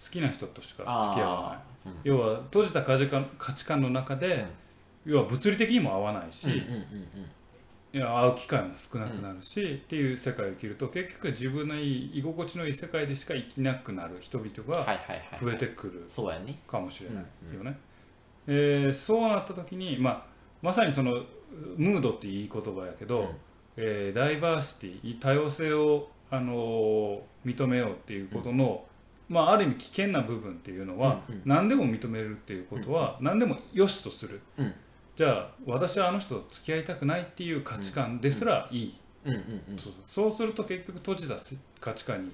Speaker 1: 好きな人としか付き合わない
Speaker 2: あーうん
Speaker 1: 要は閉じた価値観価値観の中で、要は物理的にも合わないし、
Speaker 2: うんうんうんうん
Speaker 1: いや会う機会も少なくなるし、っていう世界を生きると結局自分のいい居心地のいい世界でしか生きなくなる人々
Speaker 2: はいは
Speaker 1: が
Speaker 2: いはいはい
Speaker 1: 増えてくる
Speaker 2: そうやね
Speaker 1: かもしれない
Speaker 2: うんうん
Speaker 1: よね。えーそうなった時に、まあ、まさにそのムードっていい言葉やけど、
Speaker 2: うん
Speaker 1: えーダイバーシティ多様性を、あのー認めようっていうことの、まあ、ある意味危険な部分っていうのは、
Speaker 2: うんうん
Speaker 1: 何でも認めるっていうことは、何でも良しとする、
Speaker 2: うん
Speaker 1: じゃあ私はあの人と付き合いたくないっていう価値観ですらいい、
Speaker 2: うんうんうん
Speaker 1: そうそうすると結局閉じた価値観に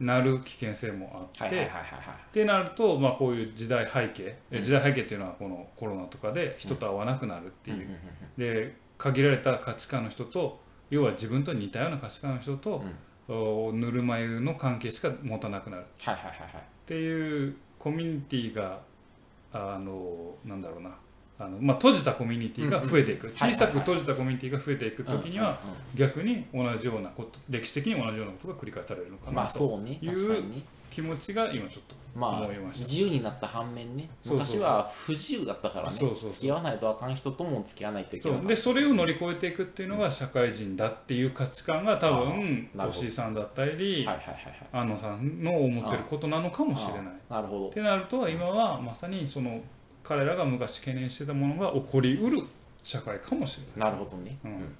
Speaker 1: なる危険性もあって、
Speaker 2: はいはいはいはいはい
Speaker 1: ってなると、まあ、こういう時代背景、え
Speaker 2: うん
Speaker 1: 時代背景っていうのはこのコロナとかで人と会わなくなるっていう、
Speaker 2: んんんん
Speaker 1: で限られた価値観の人と要は自分と似たような価値観の人と、おぬるま湯の関係しか持たなくなるっ
Speaker 2: はいはいはいはい
Speaker 1: ていうコミュニティがあのなんだろうなあの、まあ、閉じたコミュニティが増えていく、
Speaker 2: ん
Speaker 1: 小さく閉じたコミュニティが増えていく時には、
Speaker 2: うんうんうん
Speaker 1: 逆に同じようなこと歴史的に同じようなことが繰り返されるのかな
Speaker 2: まあ
Speaker 1: と
Speaker 2: そうね
Speaker 1: いう
Speaker 2: 確かにね
Speaker 1: 気持ちが今ちょっと
Speaker 2: まあ
Speaker 1: 思いました
Speaker 2: 自由になった反面ね
Speaker 1: そうそうそう
Speaker 2: 昔は不自由だったからね
Speaker 1: そうそうそう
Speaker 2: 付き合わないとあかん人とも付き合わないといけ
Speaker 1: そ
Speaker 2: な
Speaker 1: う
Speaker 2: い
Speaker 1: でそれを乗り越えていくっていうのが社会人だっていう価値観が多分
Speaker 2: あーなるほど
Speaker 1: おしさんだったり、
Speaker 2: はいはいはいはい
Speaker 1: あのさんの思ってることなのかもしれない。っ
Speaker 2: ああなるほど
Speaker 1: てなると今はまさにその彼らが昔懸念してたものが起こりうる社会かもしれない。
Speaker 2: なるほどね
Speaker 1: うん
Speaker 2: うん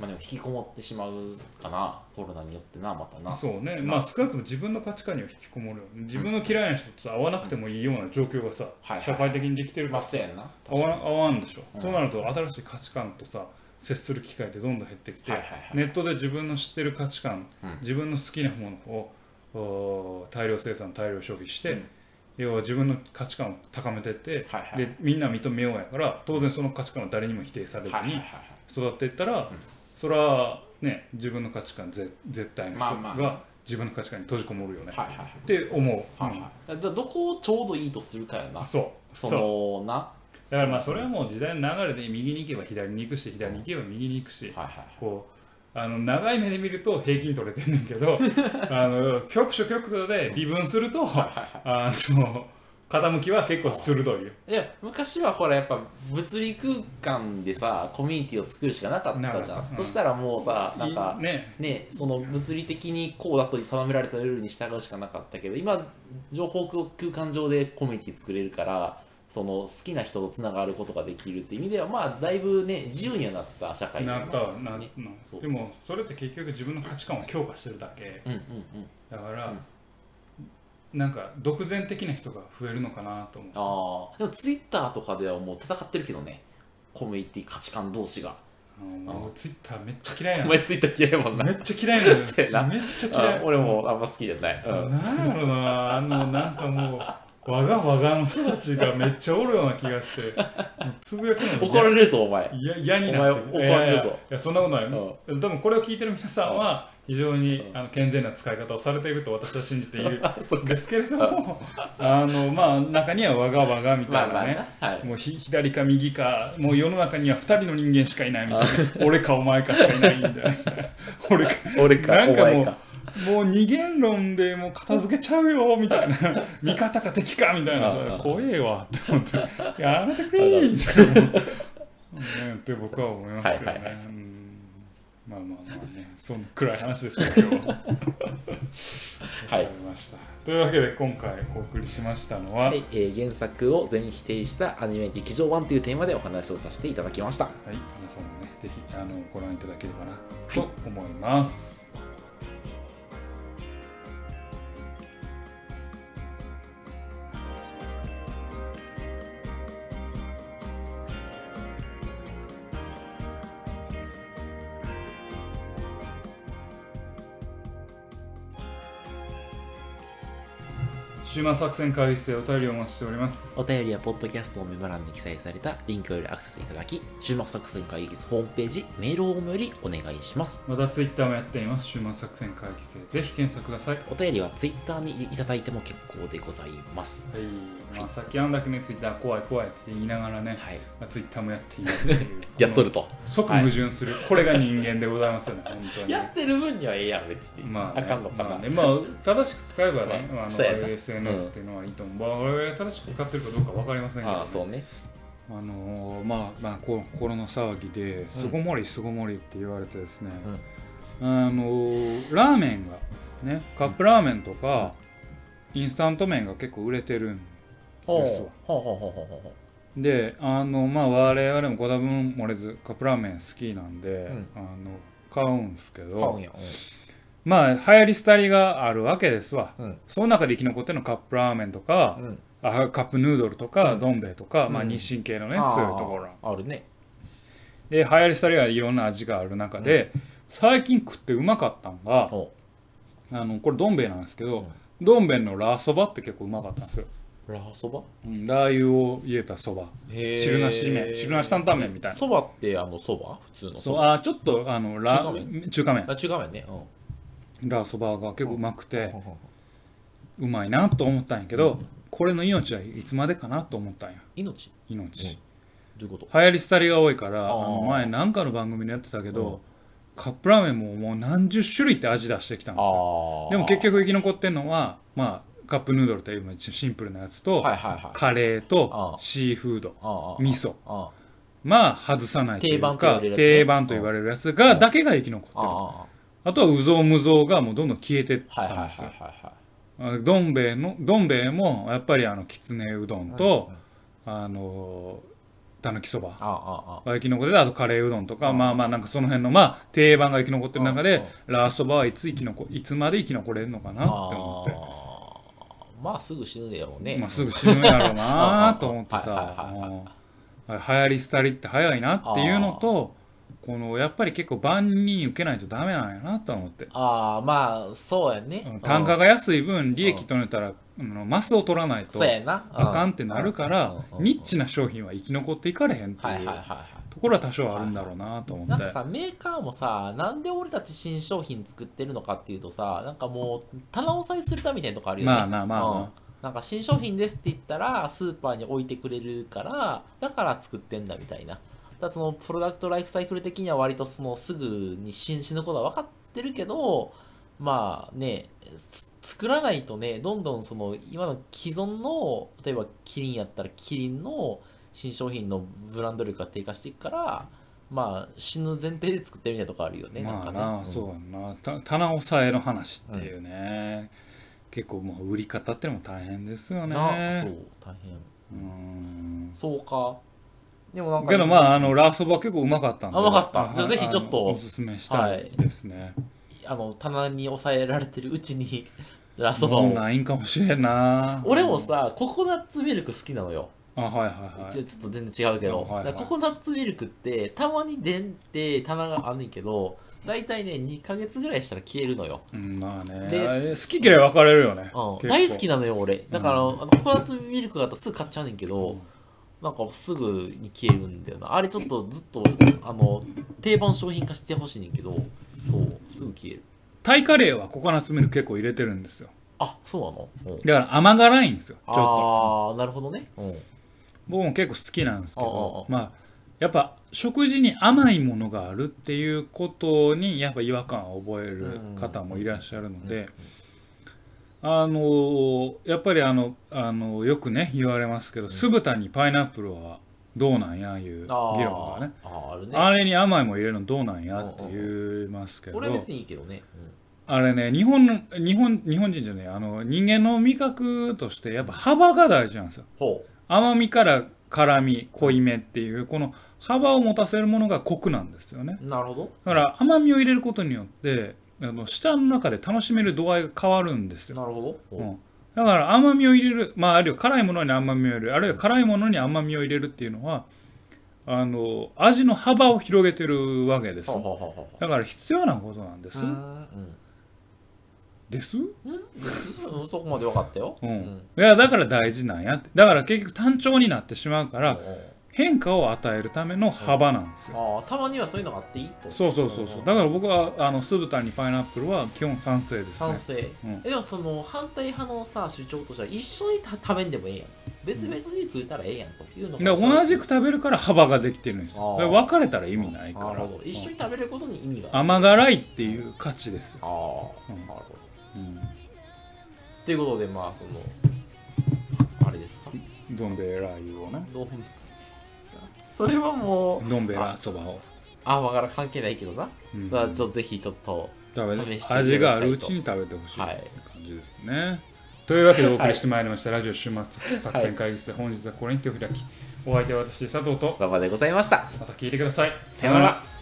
Speaker 2: まあでも引きこもってしまうかなコロナによってなまたな
Speaker 1: そうね、まあ少なくとも自分の価値観には引きこもるよね自分の嫌いな人と会わなくてもいいような状況がさ、
Speaker 2: はいはい
Speaker 1: 社会的にできてるか
Speaker 2: ま
Speaker 1: ら
Speaker 2: あそうやんな
Speaker 1: 合わ合わんでしょ、
Speaker 2: うん
Speaker 1: そうなると新しい価値観とさ接する機会ってどんどん減ってきて、
Speaker 2: はいはいはい
Speaker 1: ネットで自分の知ってる価値観、
Speaker 2: うん
Speaker 1: 自分の好きなものをおー大量生産大量消費して、
Speaker 2: うん
Speaker 1: 要は自分の価値観を高めてって、
Speaker 2: はいはい
Speaker 1: でみんな認めようやから当然その価値観は誰にも否定されず
Speaker 2: はいはい
Speaker 1: に
Speaker 2: はいはい
Speaker 1: 育っていったら、それはね自分の価値観ぜ絶対の人
Speaker 2: まあま
Speaker 1: が自分の価値観に閉じこもるよね、
Speaker 2: はいはいはい
Speaker 1: って思う、
Speaker 2: はいはいだからどこをちょうどいいとするかや
Speaker 1: う
Speaker 2: なん
Speaker 1: そう
Speaker 2: そ
Speaker 1: そう
Speaker 2: のな
Speaker 1: だからまあそれはもう時代の流れで右に行けば左に行くし左に行けば右に行くし
Speaker 2: はいはい
Speaker 1: こうあの長い目で見ると平均取れてんねんけ どあの局所局所で微分するとあの傾きは結構鋭いよ。
Speaker 2: いや昔はほらやっぱ物理空間でさコミュニティを作るしかなかったじゃ
Speaker 1: なか
Speaker 2: ん、
Speaker 1: ったうん
Speaker 2: そしたらもうさなんか
Speaker 1: いね
Speaker 2: ねその物理的にこうだと定められたルールに従うしかなかったけど今情報空間上でコミュニティ作れるからその好きな人とつながることができるっていう意味ではまあだいぶね自由にはなった社会だ
Speaker 1: なったなな
Speaker 2: ねそうそうそう
Speaker 1: でもそれって結局自分の価値観を強化してるだけ
Speaker 2: うんうんうん
Speaker 1: だから、なんか独善的な人が増えるのかなと思う
Speaker 2: ああでもツイッターとかではもう戦ってるけどねコミュニティ価値観同士が
Speaker 1: あの
Speaker 2: あ
Speaker 1: もうツイッターめっちゃ嫌いな
Speaker 2: お
Speaker 1: のめ
Speaker 2: 前ツイッター嫌いもんな
Speaker 1: っちゃ嫌いなの
Speaker 2: そうやな
Speaker 1: めっちゃ嫌
Speaker 2: あ
Speaker 1: い
Speaker 2: 俺もあんま好きじゃない、うん、
Speaker 1: なんやろなあのなんかもうわがわがの人たちがめっちゃおるような気がしてもうつぶやくの
Speaker 2: 怒られるぞお前
Speaker 1: いや嫌になって
Speaker 2: お前怒られるぞ
Speaker 1: いやいやいやそんなことない、
Speaker 2: う
Speaker 1: 多分これを聞いてる皆さんは非常に、
Speaker 2: うん
Speaker 1: あの健全な使い方をされていると私は信じてい る
Speaker 2: そっか
Speaker 1: ですけれどもあのまあ中にはわがわがみた
Speaker 2: まあ
Speaker 1: い
Speaker 2: ま
Speaker 1: な
Speaker 2: あ
Speaker 1: ね、
Speaker 2: なはい
Speaker 1: もうひ左か右かもう世の中には2人の人間しかいないみたいな俺かお前かしかいないみたいな俺か
Speaker 2: 俺か
Speaker 1: なん
Speaker 2: お
Speaker 1: かも
Speaker 2: 前
Speaker 1: う
Speaker 2: か
Speaker 1: もう二元論でもう片付けちゃうよみたいな味方か敵かみたい
Speaker 2: あ
Speaker 1: な
Speaker 2: あ
Speaker 1: 怖えわって思ってやめてくれみたいなねって僕は思いますけどね、
Speaker 2: はいはいはい
Speaker 1: うんまあまあまあねそんな暗い話ですよ今日は
Speaker 2: はい
Speaker 1: わかりましたというわけで今回お送りしましたのは、
Speaker 2: はいえー原作を全否定したアニメ「劇場版」というテーマでお話をさせていただきました
Speaker 1: はい、皆さんもね、ぜひあのご覧いただければなと思います。週末作戦会議室でお便りをお待ちしております。
Speaker 2: お便りはポッドキャストのメモ欄に記載されたリンクよりアクセスいただき週末作戦会議室ホームページメールをームよりお願いします
Speaker 1: またツイッターもやっています。週末作戦会議室でぜひ検索ください。は
Speaker 2: お便りはツイッターにいただいても結構でございます
Speaker 1: い。まあ、さっきあんだけね、ツイッター怖い怖いって言いながらね、
Speaker 2: はい
Speaker 1: まあ、ツイッターもやっていますっていう
Speaker 2: やっとると
Speaker 1: 即矛盾する、これが人間でございます よね、本当に。
Speaker 2: やってる分にはええやん別に、
Speaker 1: まあ、
Speaker 2: あ、
Speaker 1: ね、
Speaker 2: かんのかな、
Speaker 1: まあねまあ正しく使えばね、
Speaker 2: まあ
Speaker 1: あの
Speaker 2: そうやな
Speaker 1: SNS っていうのはいいと思う。まあ、我々が正しく使ってるかどうか分かりませんけど、
Speaker 2: ああそうね
Speaker 1: あのーまあまあこ心の騒ぎで「巣ごもり巣ごもり」って言われてですね、あのーラーメンがねカップラーメンとか、インスタント麺が結構売れてるん
Speaker 2: ほう
Speaker 1: ですわ
Speaker 2: ほうほうほうほうほ
Speaker 1: であのまあ我々もご多分漏れずカップラーメン好きなんで、
Speaker 2: うん
Speaker 1: あの買うんすけ
Speaker 2: う買う
Speaker 1: ど
Speaker 2: んや
Speaker 1: まあ流行り廃りがあるわけですわ、
Speaker 2: うん
Speaker 1: その中で生き残ってるのカップラーメンとか、
Speaker 2: うん
Speaker 1: あカップヌードルとか、どん兵衛とか、まあ、
Speaker 2: うん
Speaker 1: 日清系のね、
Speaker 2: あー
Speaker 1: 強いところ
Speaker 2: あるね
Speaker 1: で流行り廃りはいろんな味がある中で、最近食ってうまかったのが
Speaker 2: お
Speaker 1: あのこれどん兵衛なんですけど、
Speaker 2: うん
Speaker 1: どん兵衛のラーそばって結構うまかったんですよ、
Speaker 2: ラーそば
Speaker 1: うんラー油を入れたそば
Speaker 2: へ
Speaker 1: 汁なし麺汁なし担々麺みたいな
Speaker 2: そばってあのそば普通の
Speaker 1: そう
Speaker 2: ば
Speaker 1: あーちょっとあのラ
Speaker 2: 中華
Speaker 1: 中華麺
Speaker 2: あ違うやんねうん
Speaker 1: ラーそばが結構うまくて
Speaker 2: ほうほうほう
Speaker 1: うまいなと思ったんやけどこれの命はいつまでかなと思ったんや
Speaker 2: 命
Speaker 1: 命、
Speaker 2: うんどういうこと
Speaker 1: 流行り廃りが多いからあ
Speaker 2: あー
Speaker 1: の前なんかの番組でやってたけど、カップラーメンももう何十種類って味出してきたんですよ
Speaker 2: ああ
Speaker 1: でも結局生き残ってるのは、まあ、カップヌードルというまあシンプルなやつと、
Speaker 2: はいはいはいあ
Speaker 1: カレー
Speaker 2: あ
Speaker 1: と
Speaker 2: あ
Speaker 1: シーフード
Speaker 2: ああ
Speaker 1: 味噌
Speaker 2: あ
Speaker 1: まあ外さないという
Speaker 2: 定番と言
Speaker 1: か
Speaker 2: われるやつね
Speaker 1: 定番と言われるやつがだけが生き残って
Speaker 2: あああ
Speaker 1: る
Speaker 2: あ
Speaker 1: あとはうぞうむぞうがもうどんどん消えてっ
Speaker 2: はいはい
Speaker 1: たん
Speaker 2: はい
Speaker 1: ですよ
Speaker 2: はいはい
Speaker 1: あどん兵衛のどん兵衛もやっぱりあのきつねうどんとあのたぬきそば
Speaker 2: ああああ
Speaker 1: が生き残っててあとカレーうどんとかまあまあなんかその辺のまあ定番が生き残ってる中
Speaker 2: う
Speaker 1: で
Speaker 2: んうん
Speaker 1: ラーそばはいつ生き残いつまで生き残れるのかなって思って。
Speaker 2: あーまあすぐ死ぬでろうね
Speaker 1: まあ、すぐ死ぬやろう
Speaker 2: あ
Speaker 1: な
Speaker 2: あ
Speaker 1: と思って
Speaker 2: は
Speaker 1: さ
Speaker 2: いはいはいはい
Speaker 1: もう流行り廃りって早いなっていうのとこのやっぱり結構万人受けないとダメなんやなと思って
Speaker 2: ああまあそうやね
Speaker 1: うん単価が安い分利益取れたらあのマスを取らないと
Speaker 2: そうやな
Speaker 1: あかんってなるから
Speaker 2: うんうん
Speaker 1: ニッチな商品は生き残っていかれへんって
Speaker 2: はいはいいうはいはい
Speaker 1: ところは多少あるんだろうなと思
Speaker 2: な
Speaker 1: っ
Speaker 2: ん
Speaker 1: て
Speaker 2: かさメーカーもさなんで俺たち新商品作ってるのかっていうとさなんかもう棚押さえするためみたいなとこあるよね
Speaker 1: まあなまあな
Speaker 2: うんなんか新商品ですって言ったらスーパーに置いてくれるからだから作ってんだみたいなただそのプロダクトライフサイクル的には割とそのすぐに死死ぬことは分かってるけどまあねつ作らないとねどんどんその今の既存の例えばキリンやったらキリンの新商品のブランド力が低下していくからまあ死ぬ前提で作ってるみたいなとこあるよね
Speaker 1: まあ
Speaker 2: な
Speaker 1: なん
Speaker 2: かね
Speaker 1: そうやんなた棚押さえの話っていうね結構もう売り方ってのも大変ですよ
Speaker 2: うん
Speaker 1: ね
Speaker 2: なあそう大変
Speaker 1: うん
Speaker 2: そうかでもなんか
Speaker 1: けどまああのラーストバ結構うまかったんで
Speaker 2: あうまかった
Speaker 1: はい
Speaker 2: じゃあぜひちょっと
Speaker 1: あのおすすめしたいですね、
Speaker 2: あの棚に抑えられてるうちにラそば
Speaker 1: もう
Speaker 2: を
Speaker 1: ないんかもしれんな
Speaker 2: 俺もさココナッツミルク好きなのよ、
Speaker 1: あはいはいはい
Speaker 2: ちょちょっと全然違うけど、
Speaker 1: はいはい
Speaker 2: だからココナッツミルクってたまに出んって棚があんねんけど大体ね2ヶ月ぐらいしたら消えるのよ、
Speaker 1: うんまあね
Speaker 2: で
Speaker 1: あれ好き嫌い分かれるよね
Speaker 2: うん、
Speaker 1: 結構
Speaker 2: 大好きなのよ俺だから、あのココナッツミルクがあったらすぐ買っちゃうねんけど、
Speaker 1: うん
Speaker 2: なんかすぐに消えるんだよなあれちょっとずっとあの定番商品化してほしいねんけどそうすぐ消える
Speaker 1: タイカレーはココナッツミルク結構入れてるんですよ
Speaker 2: あそうなの、うん、
Speaker 1: だから甘辛いんですよちょっと
Speaker 2: ああなるほどね、うん、
Speaker 1: 僕も結構好きなんですけど
Speaker 2: あ
Speaker 1: まあやっぱ食事に甘いものがあるっていうことにやっぱ違和感を覚える方もいらっしゃるので、あのやっぱりあのあのよくね言われますけど酢豚にパイナップルはどうなんやいう議
Speaker 2: あー
Speaker 1: 論がね
Speaker 2: あーあるね
Speaker 1: あれに甘いもん入れるのどうなんやって言いますけど
Speaker 2: 俺は別にいいけどね、
Speaker 1: あれね日本の日本日本人じゃねえあの人間の味覚としてやっぱ幅が大事なんですよ
Speaker 2: ほ
Speaker 1: 甘みから辛み濃いめっていうこの幅を持たせるものがコクなんですよね
Speaker 2: うなるほど
Speaker 1: だから甘みを入れることによってあの舌の中で楽しめる度合いが変わるんですよ、
Speaker 2: なるほど、
Speaker 1: うん、だから甘みを入れるまああるいは辛いものに甘みを入れるあるいは辛いものに甘みを入れるっていうのはあの味の幅を広げてるわけです
Speaker 2: はは
Speaker 1: よ
Speaker 2: はは
Speaker 1: だから必要なことなんです
Speaker 2: うーん
Speaker 1: です
Speaker 2: うんうんそこまで分かったよ
Speaker 1: うん
Speaker 2: うん
Speaker 1: いやだから大事なんやってだから結局単調になってしまうか
Speaker 2: うん
Speaker 1: ら変化を与えるための幅なんですよ、
Speaker 2: ああたまにはそういうのがあっていいと
Speaker 1: そうそうそうそうんだから僕はあの酢豚にパイナップルは基本賛成ですね
Speaker 2: 賛成、
Speaker 1: うん
Speaker 2: えでもその反対派のさ主張としては一緒にた食べんでもええやん別々に食うたらええやんというの
Speaker 1: だから同じく食べるから幅ができてるんですよ
Speaker 2: あー
Speaker 1: だから分かれたら意味ないから
Speaker 2: なるほど一緒に食べることに意味がある
Speaker 1: 甘辛いっていう価値ですよ、
Speaker 2: ああ、
Speaker 1: うん
Speaker 2: なるほど
Speaker 1: う
Speaker 2: ということでまあそのあれですか
Speaker 1: ん、どん兵衛ラー油をね
Speaker 2: どうそれはもう
Speaker 1: どん兵衛ラーそばを、
Speaker 2: あんまから関係ないけどな、
Speaker 1: うん
Speaker 2: だからちょっとぜひちょっと
Speaker 1: 食べ
Speaker 2: 試していただきたいと
Speaker 1: 味があるうちに食べてほしい
Speaker 2: はい
Speaker 1: って感じですね、というわけでお送りしてまいりました、ラジオ終末作戦会議室、本日はこれに手を開きお相手は私佐藤と
Speaker 2: 馬場でございました
Speaker 1: また聞いてください
Speaker 2: さようなら